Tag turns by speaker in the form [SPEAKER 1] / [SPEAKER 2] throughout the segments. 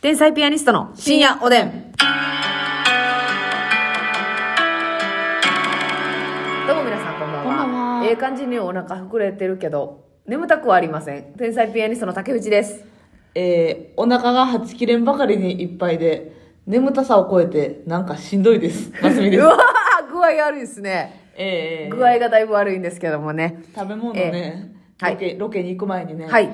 [SPEAKER 1] 天才ピアニストの深夜おでん。どうも皆さんこんばんは。
[SPEAKER 2] こんばんは
[SPEAKER 1] ええ感じにお腹膨れてるけど、眠たくはありません。天才ピアニストの竹内です。
[SPEAKER 2] えー、お腹がはちきれんばかりにいっぱいで、眠たさを超えて、なんかしんど いです。ますみで
[SPEAKER 1] う
[SPEAKER 2] す。
[SPEAKER 1] わー具合悪いですね。
[SPEAKER 2] えー、
[SPEAKER 1] 具合がだいぶ悪いんですけどもね。
[SPEAKER 2] 食べ物ね、
[SPEAKER 1] えーはい
[SPEAKER 2] ロケ、ロケに行く前にね、
[SPEAKER 1] はい。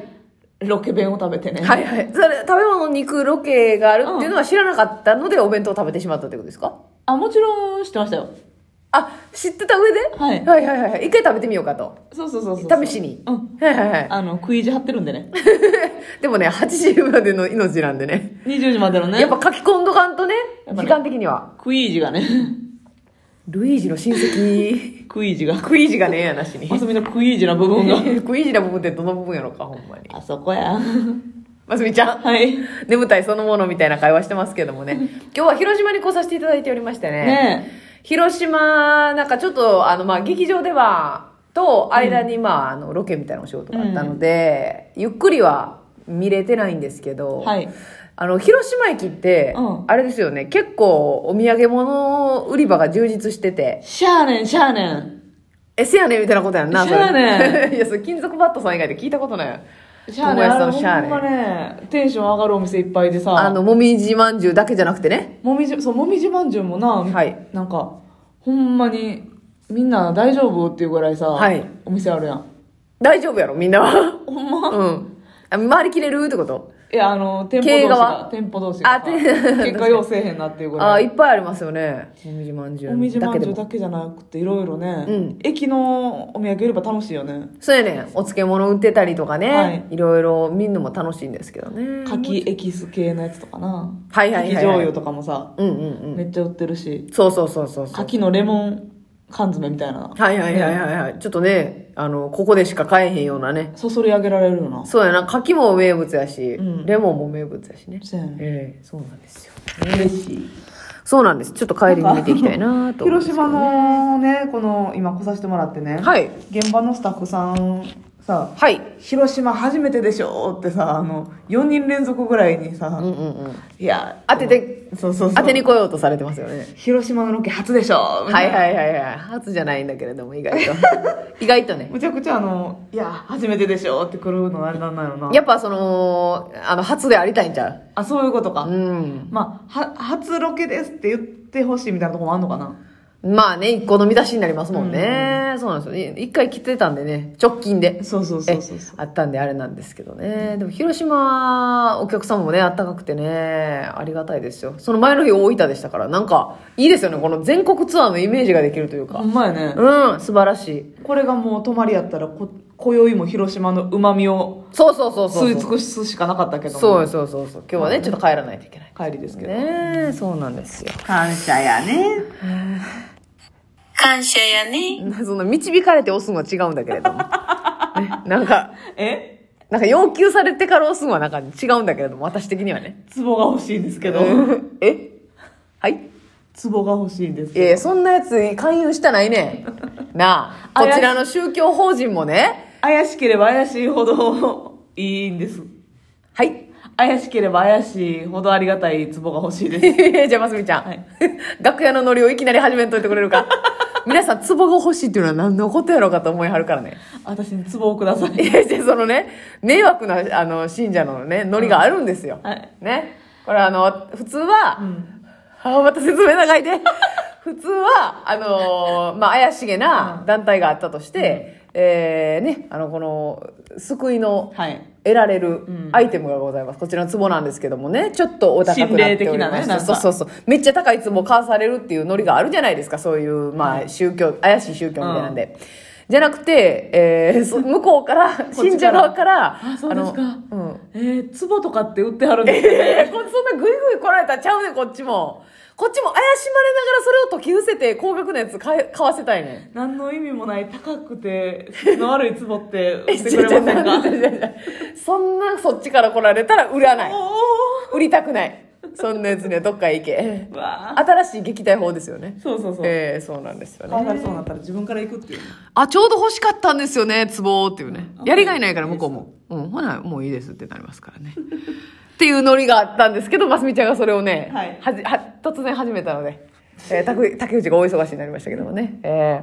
[SPEAKER 2] ロケ弁を食べてね、
[SPEAKER 1] はいはい。それ、食べ物に行くロケがあるっていうのは知らなかったので、お弁当を食べてしまったということですか
[SPEAKER 2] あ、もちろん知ってましたよ。
[SPEAKER 1] あ、知ってた上で
[SPEAKER 2] はい
[SPEAKER 1] はいはいはい。一回食べてみようかと。
[SPEAKER 2] そうそうそうそう
[SPEAKER 1] 試しに。
[SPEAKER 2] うん。
[SPEAKER 1] はいはいはい。
[SPEAKER 2] あの、食い意地張ってるんでね。
[SPEAKER 1] でもね、8時までの命なんでね。
[SPEAKER 2] 20時までのね、
[SPEAKER 1] やっぱ書き込んどかんとね、
[SPEAKER 2] やっぱ
[SPEAKER 1] 時
[SPEAKER 2] ね
[SPEAKER 1] 間的には。
[SPEAKER 2] 食い意地がね、
[SPEAKER 1] ルイージの親戚、
[SPEAKER 2] 食い意地が、
[SPEAKER 1] クイージがねえやなしに。
[SPEAKER 2] ますみの食い意地な部 分が。
[SPEAKER 1] クイージな部分ってどの部分やろか、ほんまに。
[SPEAKER 2] あそこや。
[SPEAKER 1] ますみちゃん。
[SPEAKER 2] はい。
[SPEAKER 1] 眠たいそのものみたいな会話してますけども ね。今日は広島に来させていただいておりましてね。
[SPEAKER 2] ね
[SPEAKER 1] 広島、なんかちょっと、あの、まあ、劇場では、と、間に、まあ、あの、ロケみたいなお仕事があったので、ゆっくりは見れてないんですけど、
[SPEAKER 2] はい
[SPEAKER 1] あの、広島駅って、
[SPEAKER 2] うん
[SPEAKER 1] あれですよね、結構お土産物売り場が充実してて、
[SPEAKER 2] しゃあねん、しゃあねん。
[SPEAKER 1] え、せやねんみたいなことやんな、それ
[SPEAKER 2] せやね
[SPEAKER 1] いや、それ 金属バットさん以外で聞いたことない。
[SPEAKER 2] しゃあねん。
[SPEAKER 1] 友達
[SPEAKER 2] あ
[SPEAKER 1] との
[SPEAKER 2] れ
[SPEAKER 1] しゃあねん
[SPEAKER 2] ほんまね、テンション上がるお店いっぱいでさ。
[SPEAKER 1] あの、もみじまんじゅうだけじゃなくてね。
[SPEAKER 2] もみじ、そう、もみじまんじゅうもな、
[SPEAKER 1] はい
[SPEAKER 2] なんか、ほんまに、みんな大丈夫っていうぐらいさ、
[SPEAKER 1] はい
[SPEAKER 2] お店あるやん。
[SPEAKER 1] 大丈夫やろ、みんなは。
[SPEAKER 2] ほんま
[SPEAKER 1] うん。あ回りきれるってこと
[SPEAKER 2] いや、あの、店舗
[SPEAKER 1] 経営
[SPEAKER 2] 同士
[SPEAKER 1] 側
[SPEAKER 2] が、店舗同士がさ。
[SPEAKER 1] あて
[SPEAKER 2] 結果要せえへんなっていうぐ
[SPEAKER 1] あ
[SPEAKER 2] ら
[SPEAKER 1] あ、
[SPEAKER 2] い。
[SPEAKER 1] いっぱいありますよね。もみじまんじゅ
[SPEAKER 2] おみじ
[SPEAKER 1] うだ
[SPEAKER 2] ま
[SPEAKER 1] け
[SPEAKER 2] ん
[SPEAKER 1] で
[SPEAKER 2] じゅう
[SPEAKER 1] も。
[SPEAKER 2] だけじゃなくて、いろいろね、
[SPEAKER 1] うん
[SPEAKER 2] 駅のお土産売り場楽しいよね。
[SPEAKER 1] そうやねん。お漬物売ってたりとかね。
[SPEAKER 2] はいい、
[SPEAKER 1] ろいろ見るのも楽しいんですけどね。
[SPEAKER 2] 柿エキス系のやつとかな。
[SPEAKER 1] はいはいはいはい
[SPEAKER 2] 柿醤油とかもさ、
[SPEAKER 1] うんうんう
[SPEAKER 2] めっちゃ売ってるし
[SPEAKER 1] ん。、そうそうそうそうそう。
[SPEAKER 2] 柿のレモン缶詰みたいな。
[SPEAKER 1] はいはいはいはいはい。ちょっとね、あの、ここでしか買えへんようなね。
[SPEAKER 2] そそり上げられるよな。
[SPEAKER 1] そうやな。柿も名物やし、
[SPEAKER 2] うん
[SPEAKER 1] レモンも名物やしね。
[SPEAKER 2] そうやね。
[SPEAKER 1] ええそうなんですよ。
[SPEAKER 2] 嬉しい。
[SPEAKER 1] そうなんです。ちょっと帰りに見ていきたいなと思うん
[SPEAKER 2] 広
[SPEAKER 1] ですけど
[SPEAKER 2] 島
[SPEAKER 1] ね、
[SPEAKER 2] のねこの今来させてもらってね、
[SPEAKER 1] はい。
[SPEAKER 2] 現場のスタッフさんさ
[SPEAKER 1] はい。
[SPEAKER 2] 「広島初めてでしょ」ってさあの4人連続ぐらいにさ「
[SPEAKER 1] うんうんうん。
[SPEAKER 2] いや
[SPEAKER 1] 当てて
[SPEAKER 2] そうそうそう
[SPEAKER 1] 当てに来ようとされてますよね。
[SPEAKER 2] 広島のロケ初でしょ」み
[SPEAKER 1] は
[SPEAKER 2] た
[SPEAKER 1] い
[SPEAKER 2] いな
[SPEAKER 1] はいはいはい。初じゃないんだけれども、意外と。 意外とね。
[SPEAKER 2] むちゃくちゃあの「いや初めてでしょ」って来るのあれなんだろうな
[SPEAKER 1] やっぱその、あの、初でありたいんちゃ
[SPEAKER 2] あそういうことか、
[SPEAKER 1] ううん。
[SPEAKER 2] まあは初ロケですって言ってほしいみたいなとこもあんのかな
[SPEAKER 1] まあね、一個の見出しになりますもんね。そうなんですよ。い一回来てたんでね、直近で。
[SPEAKER 2] そうそうそうそうそう
[SPEAKER 1] あったんであれなんですけどね。でも広島、お客様もね、あったかくてね、ありがたいですよ。その前の日大分でしたから、なんか、いいですよね。この全国ツアーのイメージができるという
[SPEAKER 2] ほ
[SPEAKER 1] か。
[SPEAKER 2] んまやね、
[SPEAKER 1] うん、素晴らしい。
[SPEAKER 2] これがもう泊まりやったらこ今宵も広島のうまみを
[SPEAKER 1] そうそうそうそう
[SPEAKER 2] 吸
[SPEAKER 1] そ。
[SPEAKER 2] いう尽くすしかなかったけども
[SPEAKER 1] そうそうそうそう。今日はね、ちょっと帰らないといけない。
[SPEAKER 2] 帰りですけど、
[SPEAKER 1] ねえ、そうなんですよ。
[SPEAKER 2] 感謝やね感謝やね
[SPEAKER 1] その導かれて押すのは違うんだけれ ども。ね、なんか、
[SPEAKER 2] え
[SPEAKER 1] なんか要求されてから押すのはなんか違うんだけれども、私的にはね。
[SPEAKER 2] ツボが欲しいんですけど
[SPEAKER 1] えはい
[SPEAKER 2] ツボが欲しいんです
[SPEAKER 1] い
[SPEAKER 2] けど
[SPEAKER 1] やいやそんなやつ勧誘したないね ん。なあ、こ
[SPEAKER 2] 怪しい
[SPEAKER 1] ちらの宗教法人もね、
[SPEAKER 2] 怪しければ怪しいほどいいんです
[SPEAKER 1] はい。
[SPEAKER 2] 怪しければ怪しいほどありがたいツボが欲し いです
[SPEAKER 1] じゃあ、ますみちゃん、
[SPEAKER 2] はい
[SPEAKER 1] 楽屋のノリをいきなり始めんといてくれる か。皆さん、ツボが欲しいっていうのは何のことやろうかと思いはるからね。
[SPEAKER 2] 私にツボをください
[SPEAKER 1] いやじゃあそのね、迷惑な、あの、信者のね、ノリがあるんですよ。
[SPEAKER 2] はい
[SPEAKER 1] ね。これあの、普通は、
[SPEAKER 2] ん
[SPEAKER 1] あ、また説明長いで。 普通は、あのーまあ、怪しげな団体があったとして、えー、ね、あの、この、救いの、
[SPEAKER 2] はい
[SPEAKER 1] 得られるアイテムがございます。こちらの壺なんですけどもね、ちょっとお高くなっておりまし
[SPEAKER 2] 心霊的
[SPEAKER 1] て、
[SPEAKER 2] なねなん
[SPEAKER 1] そう
[SPEAKER 2] か
[SPEAKER 1] そうそう。めっちゃ高い壺を買わされるっていうノリがあるじゃないですか、そういう、まあ、宗教、怪しい宗教みたいなんで。じゃなくて、えー そ向こうから、
[SPEAKER 2] ちから
[SPEAKER 1] 信者側から、
[SPEAKER 2] あそうですか
[SPEAKER 1] あのうん。
[SPEAKER 2] えー、ツボとかって売ってはるんです
[SPEAKER 1] いや
[SPEAKER 2] ね
[SPEAKER 1] いやこそんなグイグイ来られたらちゃうねんこっちも。こっちも怪しまれながらそれを解き伏せて、高額なやつ買え買わせたいねん。
[SPEAKER 2] 何の意味もない高くて質の悪いツボって売
[SPEAKER 1] え
[SPEAKER 2] ってくれません
[SPEAKER 1] 違う違
[SPEAKER 2] か
[SPEAKER 1] う違う違うそんなそっちから来られたら売らない。
[SPEAKER 2] お
[SPEAKER 1] 売りたくない。そんなやつにはどっかへ行け。
[SPEAKER 2] ーわあ
[SPEAKER 1] 新しい撃退法ですよね。
[SPEAKER 2] そうそうそう、
[SPEAKER 1] ええそうなんですよ
[SPEAKER 2] 考え
[SPEAKER 1] ね。
[SPEAKER 2] そうになったら自分から行くっていうね
[SPEAKER 1] あ、ちょうど欲しかったんですよね、壺っていうね。
[SPEAKER 2] うん
[SPEAKER 1] やりがいないから向こうも。うん、ほな、もういいですってなりますからね。 っていうノリがあったんですけど、ますみちゃんがそれをね、
[SPEAKER 2] はい
[SPEAKER 1] はじは突然始めたので、えー、竹竹内が大忙しになりましたけどもね。え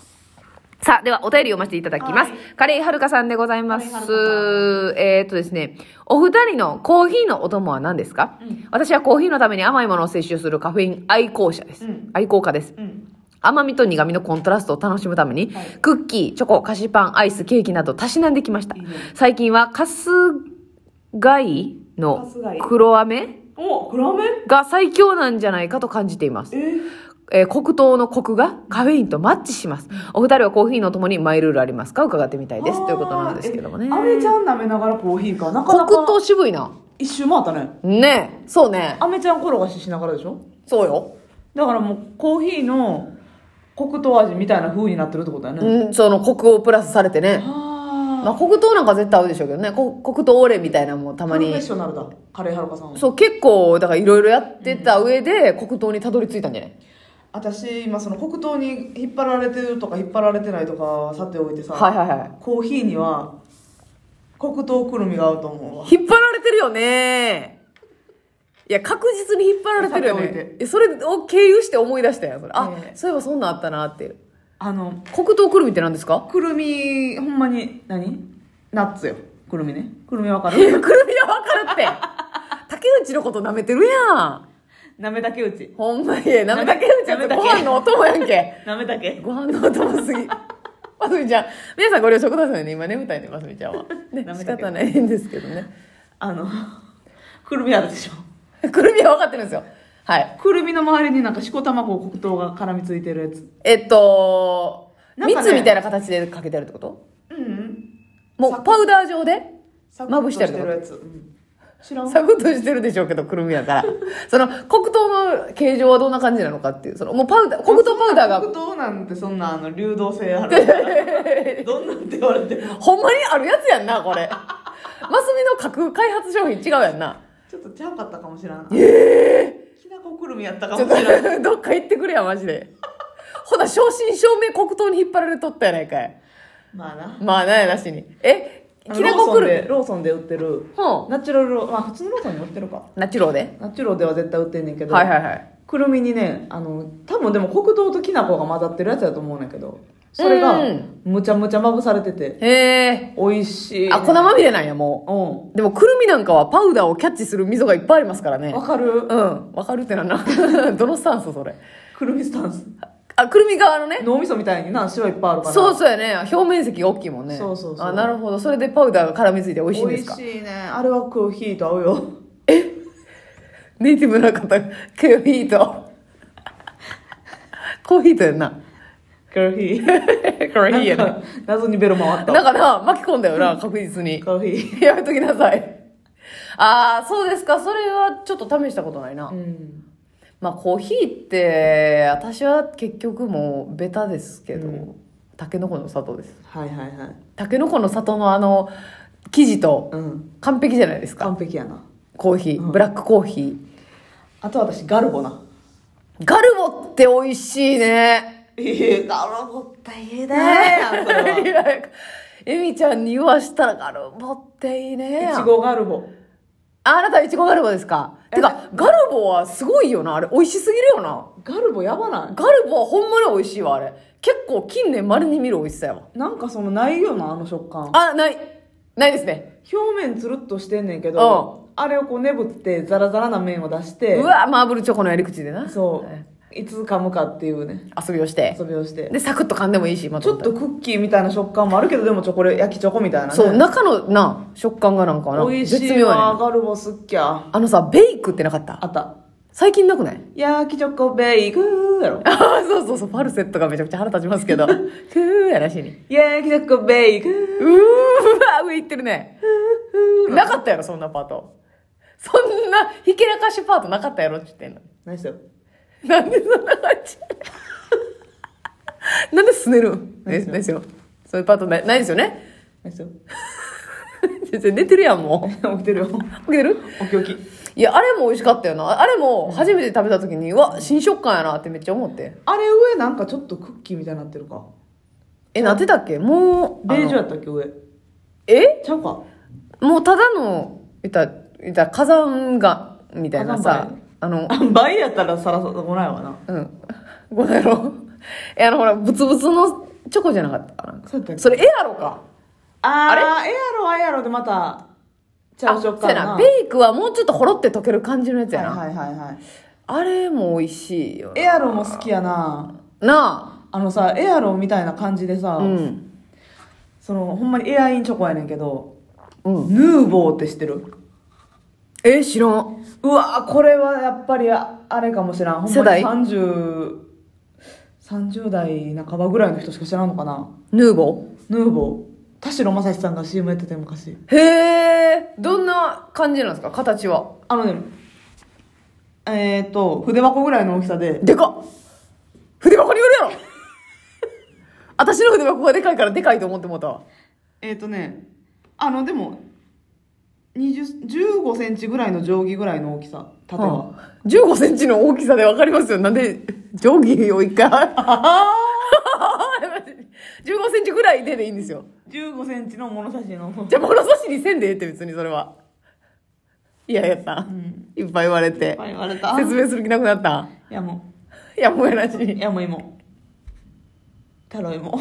[SPEAKER 1] ーさあ、ではお便りを読ませていただきます。
[SPEAKER 2] は
[SPEAKER 1] カレイはるかさんでございます。
[SPEAKER 2] カレイは
[SPEAKER 1] えーっとですね、お二人のコーヒーのお供は何ですか、
[SPEAKER 2] うん
[SPEAKER 1] 私はコーヒーのために甘いものを摂取するカフェイン愛好者です。
[SPEAKER 2] うん
[SPEAKER 1] 愛好家です。
[SPEAKER 2] うん。
[SPEAKER 1] 甘みと苦みのコントラストを楽しむために、
[SPEAKER 2] はい
[SPEAKER 1] クッキー、チョコ、菓子パン、アイス、ケーキなどたしなんできました。
[SPEAKER 2] いいね
[SPEAKER 1] 最近は、カスガイの
[SPEAKER 2] 春日井
[SPEAKER 1] 黒飴
[SPEAKER 2] お、黒飴
[SPEAKER 1] が最強なんじゃないかと感じています。
[SPEAKER 2] えー、
[SPEAKER 1] えー黒糖のコクがカフェインとマッチします。お二人はコーヒーのともにマイルールありますか伺ってみたいです。ということなんですけどもね
[SPEAKER 2] あ。ーえ飴ちゃん舐めながらコーヒーか。なかな
[SPEAKER 1] 黒
[SPEAKER 2] か
[SPEAKER 1] 糖渋いな。
[SPEAKER 2] 一周回ったね。
[SPEAKER 1] ねえ。そうね。
[SPEAKER 2] 飴ちゃん転がししながらでしょ
[SPEAKER 1] そうよ。
[SPEAKER 2] だからもうコーヒーの黒糖味みたいな風になってるってことだよね。
[SPEAKER 1] うん、そのコクをプラスされてね。ま
[SPEAKER 2] はあ。
[SPEAKER 1] あ、黒糖なんか絶対合うでしょうけどね。こ黒糖オレみたいなのもた
[SPEAKER 2] プ
[SPEAKER 1] ま
[SPEAKER 2] ロフ
[SPEAKER 1] に
[SPEAKER 2] ェッ。ショナルだ。カレーはるかさんは。
[SPEAKER 1] そう、結構、だからいろいろやってた上で、黒糖にたどり着いたんじゃない
[SPEAKER 2] 私、今その黒糖に引っ張られてるとか引っ張られてないとかはさておいてさ、
[SPEAKER 1] はいはいは
[SPEAKER 2] コーヒーには黒糖くるみが合うと思うわ。
[SPEAKER 1] い。引っ張られてるよねいや、確実に引っ張られてるよ
[SPEAKER 2] さておい
[SPEAKER 1] ね。いやそれを経由して思い出したよ、それ。あ、
[SPEAKER 2] ねえ
[SPEAKER 1] そういえばそんなんあったなっていう。
[SPEAKER 2] あの、
[SPEAKER 1] 黒糖くるみって何ですか
[SPEAKER 2] くるみ、ほんまに、何ナッツよ。くるみね。くるみわか
[SPEAKER 1] い
[SPEAKER 2] る
[SPEAKER 1] やくるみはわかる って。竹内のこと舐めてるやん。
[SPEAKER 2] なめたけうち。
[SPEAKER 1] ほんまに、なめ竹内
[SPEAKER 2] なめ
[SPEAKER 1] は
[SPEAKER 2] た
[SPEAKER 1] ご
[SPEAKER 2] け
[SPEAKER 1] 飯のお供やんけ。
[SPEAKER 2] なめたけ。
[SPEAKER 1] ご飯のお供 すぎ。ますみちゃん、皆さんご了承くださいね。今眠たいんで、ますみちゃんは。 ね
[SPEAKER 2] ダ、メ
[SPEAKER 1] 仕
[SPEAKER 2] だけど
[SPEAKER 1] 方ないんですけどね。
[SPEAKER 2] あの、くるみあるでしょ。
[SPEAKER 1] くるみは分かってるんですよ。はい。
[SPEAKER 2] くるみの周りになんかしこ卵黒糖が絡みついてるやつ。
[SPEAKER 1] えっと、
[SPEAKER 2] なんかね
[SPEAKER 1] 蜜みたいな形でかけてあるってこと
[SPEAKER 2] うんうん。
[SPEAKER 1] も
[SPEAKER 2] サ
[SPEAKER 1] うパウダー状で
[SPEAKER 2] サクッ
[SPEAKER 1] ま
[SPEAKER 2] と
[SPEAKER 1] ぶ
[SPEAKER 2] し
[SPEAKER 1] してて
[SPEAKER 2] る
[SPEAKER 1] る
[SPEAKER 2] やつ。うん知らん。
[SPEAKER 1] サクッとしてるでしょうけど、くるみやから。 その、黒糖の形状はどんな感じなのかっていう、その、もうパウダー、黒糖パウダー
[SPEAKER 2] 黒
[SPEAKER 1] が、
[SPEAKER 2] 糖なんてそんなあの流動性あるから どんなんって言われても
[SPEAKER 1] ほんまにあるやつやんな、これ。マスミの架空開発商品違うやんな。
[SPEAKER 2] ちょっとちゃうかったかもしれんええきなこくるみやったか
[SPEAKER 1] ち
[SPEAKER 2] もし
[SPEAKER 1] ょっと
[SPEAKER 2] れ ん、
[SPEAKER 1] どっか行ってくれや、マジで。ほな、正真正銘黒糖に引っ張られとったやないかい。
[SPEAKER 2] まあな
[SPEAKER 1] まあ、なんやなしに。え
[SPEAKER 2] あの
[SPEAKER 1] きなこくる
[SPEAKER 2] ローソンでローソンで売ってる
[SPEAKER 1] み。ほん。
[SPEAKER 2] ナチュラルローまあ普通のローソンに売ってるか
[SPEAKER 1] ナチュローで。
[SPEAKER 2] ナチュローでは絶対売ってんねんけど、
[SPEAKER 1] はいはいはい。
[SPEAKER 2] くるみにねあの多分でも黒糖ときな粉が混ざってるやつやと思うねんだけどそれが
[SPEAKER 1] うん
[SPEAKER 2] むちゃむちゃまぶされてて
[SPEAKER 1] へえ。
[SPEAKER 2] 美味しい、
[SPEAKER 1] あ、粉まみれなんや、もう。
[SPEAKER 2] う
[SPEAKER 1] でも、くるみなんかはパウダーをキャッチする溝がいっぱいありますから
[SPEAKER 2] ん
[SPEAKER 1] ね
[SPEAKER 2] わ。かる、
[SPEAKER 1] うん。わかるってなん な。どのスタンスそれ。
[SPEAKER 2] くるみスタンス
[SPEAKER 1] あ、くるみ側のね。
[SPEAKER 2] 脳みそみたいにな塩いっぱいあるから
[SPEAKER 1] そうそうやね。表面積が大きいもんね。
[SPEAKER 2] そうそうそう
[SPEAKER 1] あ、なるほど。それでパウダーが絡みついて美味しいん
[SPEAKER 2] 美
[SPEAKER 1] で
[SPEAKER 2] 味
[SPEAKER 1] すか
[SPEAKER 2] しいねあれはコーヒーと合うよ
[SPEAKER 1] ネイティブな方、コーヒーと。 コーヒーとやん な。
[SPEAKER 2] コーヒー
[SPEAKER 1] コーヒーや
[SPEAKER 2] な
[SPEAKER 1] な。
[SPEAKER 2] んか謎にベロ回った
[SPEAKER 1] だから、巻き込んだよな、確実に。
[SPEAKER 2] コーヒ
[SPEAKER 1] やめときなさい。ああ、そうですか。それはちょっと試したことないな
[SPEAKER 2] ーう。ん
[SPEAKER 1] まあコーヒーって私は結局もうベタですけど、
[SPEAKER 2] うん
[SPEAKER 1] タケノコの砂糖です
[SPEAKER 2] はいはいはい
[SPEAKER 1] タケノコの砂糖のあの生地と
[SPEAKER 2] うん
[SPEAKER 1] 完璧じゃないですか
[SPEAKER 2] 完璧やな
[SPEAKER 1] コーヒー、
[SPEAKER 2] うん
[SPEAKER 1] ブラックコーヒ
[SPEAKER 2] あと私ガルボな
[SPEAKER 1] ーガルボって美味しいね
[SPEAKER 2] ええガルボっていいね
[SPEAKER 1] ね
[SPEAKER 2] やんそ
[SPEAKER 1] え
[SPEAKER 2] れ
[SPEAKER 1] いやエミちゃんに言わしたらガルボっていいねや
[SPEAKER 2] はい
[SPEAKER 1] ん
[SPEAKER 2] ちごガルボ
[SPEAKER 1] ああなたいちごガルボですかてかガルボはすごいよなあれ美味しすぎるよな
[SPEAKER 2] ガルボやばな
[SPEAKER 1] ガルボはほんまに美味しいわあれ結構近年まれに見る美味しさやわ
[SPEAKER 2] いなんかそのないよなあの食感
[SPEAKER 1] あないないですね
[SPEAKER 2] 表面つるっとしてんねんけどあれをこうねぶってザラザラな面を出して
[SPEAKER 1] うわマーブルチョコのやり口でな
[SPEAKER 2] そ
[SPEAKER 1] はいう
[SPEAKER 2] いつ噛むかっていうね
[SPEAKER 1] 遊びをして
[SPEAKER 2] 遊びをして
[SPEAKER 1] でサクッと噛んでもいいしま
[SPEAKER 2] ちょっとクッキーみたいな食感もあるけどでもチョコレ焼きチョコみたいなね
[SPEAKER 1] そう中のな食感がなんかな
[SPEAKER 2] 美味し
[SPEAKER 1] 絶
[SPEAKER 2] い
[SPEAKER 1] 妙やね
[SPEAKER 2] わ
[SPEAKER 1] ん
[SPEAKER 2] ガルボすっきゃ
[SPEAKER 1] あのさベイクってなかっ
[SPEAKER 2] あ
[SPEAKER 1] た
[SPEAKER 2] った
[SPEAKER 1] 最近なくない
[SPEAKER 2] 焼きチョコベイクやろ
[SPEAKER 1] あーそうそうそうファルセットがめちゃくちゃ腹立ちますけど ふーやらしいに
[SPEAKER 2] 焼きチョコベイク
[SPEAKER 1] うーわ上行ってるねなかったやろそんなパートそんなひけらかしパートなかったやろって言ってんの
[SPEAKER 2] 何してよ
[SPEAKER 1] なんでそんな感じなんで拗ねるん
[SPEAKER 2] ない
[SPEAKER 1] で
[SPEAKER 2] です
[SPEAKER 1] すないです
[SPEAKER 2] よ
[SPEAKER 1] よそういうパートないないですよね
[SPEAKER 2] 何してよ
[SPEAKER 1] 先生寝てるやんも
[SPEAKER 2] 起き てるよ
[SPEAKER 1] う起きてる
[SPEAKER 2] 起き起き
[SPEAKER 1] いやあれも美味しかったよなあれも初めて食べた時にうわ新食感やなってめっちゃ思って
[SPEAKER 2] あれ上なんかちょっとクッキーみたいになってるか
[SPEAKER 1] えなってたっけもう
[SPEAKER 2] ベージュ
[SPEAKER 1] あ
[SPEAKER 2] や
[SPEAKER 1] の
[SPEAKER 2] ったっけ上
[SPEAKER 1] え
[SPEAKER 2] ちゃうか
[SPEAKER 1] もうただの言ったら言ったら火山が、みたいなさ
[SPEAKER 2] 火山灰、
[SPEAKER 1] あの、
[SPEAKER 2] あ 倍やったらさらさもないわな
[SPEAKER 1] うん。ごめんやろ。え、あの、ほ ら、ブツブツのチョコじゃなかったか
[SPEAKER 2] そうやったっ
[SPEAKER 1] な。
[SPEAKER 2] け
[SPEAKER 1] それエアロか。
[SPEAKER 2] あ
[SPEAKER 1] あれ
[SPEAKER 2] れエアロはエアロでまたちゃう
[SPEAKER 1] そ
[SPEAKER 2] 食
[SPEAKER 1] う
[SPEAKER 2] 感
[SPEAKER 1] や
[SPEAKER 2] な
[SPEAKER 1] な。ベイクはもうちょっとほろって溶ける感じのやつやな。
[SPEAKER 2] はいはいはいはい
[SPEAKER 1] あれも美味しいよな。
[SPEAKER 2] エアロも好きやな
[SPEAKER 1] な
[SPEAKER 2] あのさエアロみたいな感じでさ、
[SPEAKER 1] あ。うん。
[SPEAKER 2] そのほんまにエアインチョコやねんけど、
[SPEAKER 1] うん。
[SPEAKER 2] ヌーボーって知ってる
[SPEAKER 1] え、知らん。
[SPEAKER 2] うわーこれはやっぱりああれかもしらんほんま
[SPEAKER 1] 世代
[SPEAKER 2] に3030代半ばぐらいの人しか知らんのかな
[SPEAKER 1] ヌーボ
[SPEAKER 2] ヌーボー田代正史さんが CM やってて昔
[SPEAKER 1] ーへえ。どんな感じなんですか形は。
[SPEAKER 2] あのねえっ、ー、と筆箱ぐらいの大きさで
[SPEAKER 1] でかっ筆箱によるやろ 私の筆箱がでかいからでかいと思ってもうたわ。
[SPEAKER 2] えっ、ー、とねあのでも20 15センチぐらいの定規ぐらいの大きさ縦
[SPEAKER 1] う
[SPEAKER 2] は、
[SPEAKER 1] ん15センチの大きさで分かりますよ。なんで、定規を一 回。15センチぐらいででいいんですよ。
[SPEAKER 2] 15センチの物差しの
[SPEAKER 1] じゃあ物差しにせんでええって別にそれは。いや、やった。
[SPEAKER 2] ん
[SPEAKER 1] いっぱい言われて。
[SPEAKER 2] 言われた
[SPEAKER 1] 説明する気なくなった。
[SPEAKER 2] いやも
[SPEAKER 1] いや、もうやらし
[SPEAKER 2] うい
[SPEAKER 1] い。
[SPEAKER 2] やもう芋タロイモ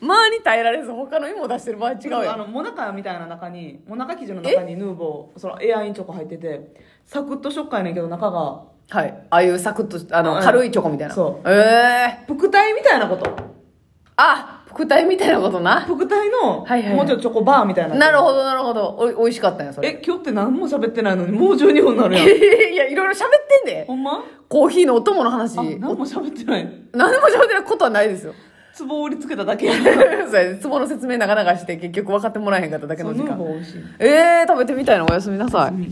[SPEAKER 1] 間に耐えられず他の芋出してる場 合違う
[SPEAKER 2] あ
[SPEAKER 1] よ。
[SPEAKER 2] のモナカみたいな中にモナカ生地の中にヌーボーそのエアインチョコ入っててサクッと食感やねんけど中が
[SPEAKER 1] はい。ああいうサクッとした、あの、
[SPEAKER 2] うん
[SPEAKER 1] 軽いチョコみたいな。。
[SPEAKER 2] そう
[SPEAKER 1] ええ
[SPEAKER 2] 副体みたいなこと
[SPEAKER 1] あ、副体みたいなことな。
[SPEAKER 2] 副体の、
[SPEAKER 1] はいはいはい
[SPEAKER 2] もうちょっとチョコバーみたいな
[SPEAKER 1] なるほど、なるほど。おい、美味しかったんや、それ。
[SPEAKER 2] え今日って何も喋ってないのにもう12分になるやん
[SPEAKER 1] いや、いろいろ喋ってんで。
[SPEAKER 2] ほんま
[SPEAKER 1] コーヒーのお供の話。
[SPEAKER 2] あ
[SPEAKER 1] 何
[SPEAKER 2] 何も喋ってない
[SPEAKER 1] も喋ってないことはないですよ。
[SPEAKER 2] 壺を売りつけただけや
[SPEAKER 1] そうやね壺の説明なかなかして結局分かってもらえへんかっただけ
[SPEAKER 2] そ
[SPEAKER 1] の
[SPEAKER 2] う
[SPEAKER 1] 時
[SPEAKER 2] ヌー
[SPEAKER 1] 間。
[SPEAKER 2] ボー美味しい
[SPEAKER 1] えー、食べてみたいなおやすみなさい。
[SPEAKER 2] うん